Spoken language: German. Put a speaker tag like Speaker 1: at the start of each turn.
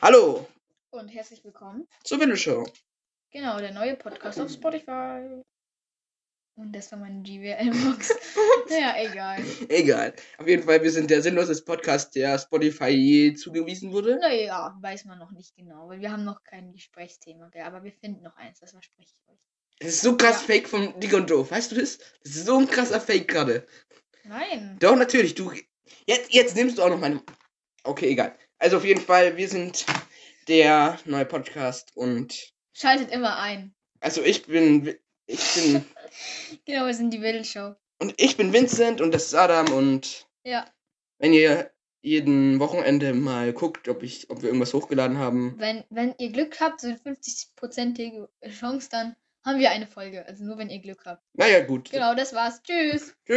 Speaker 1: Hallo
Speaker 2: und herzlich willkommen.
Speaker 1: zur Windelshow.
Speaker 2: Genau, der neue Podcast auf Spotify. Und das war meine GWL-Box. naja, egal.
Speaker 1: Egal. Auf jeden Fall, wir sind der sinnloseste Podcast, der Spotify je zugewiesen wurde.
Speaker 2: Naja, weiß man noch nicht genau, weil wir haben noch kein Gesprächsthema, gell? aber wir finden noch eins, das verspreche ich euch.
Speaker 1: Das ist so krass
Speaker 2: Ja.
Speaker 1: fake von Dick und Doof. Weißt du das? Das ist so ein krasser Fake gerade.
Speaker 2: Nein.
Speaker 1: Doch, natürlich. Du. Jetzt, jetzt nimmst du auch noch meine. Okay, egal. Also auf jeden Fall, wir sind der neue Podcast und.
Speaker 2: Schaltet immer ein.
Speaker 1: Also ich bin. Ich bin.
Speaker 2: Genau, wir sind die Widdle-Show.
Speaker 1: und ich bin Vincent und das ist Adam und.
Speaker 2: Ja,
Speaker 1: Wenn ihr jeden Wochenende mal guckt, ob ich, ob wir irgendwas hochgeladen haben.
Speaker 2: wenn, wenn ihr Glück habt, so eine 50-prozentige Chance, dann haben wir eine Folge. Also nur wenn ihr Glück habt.
Speaker 1: Naja, gut.
Speaker 2: Genau, das war's. Tschüss.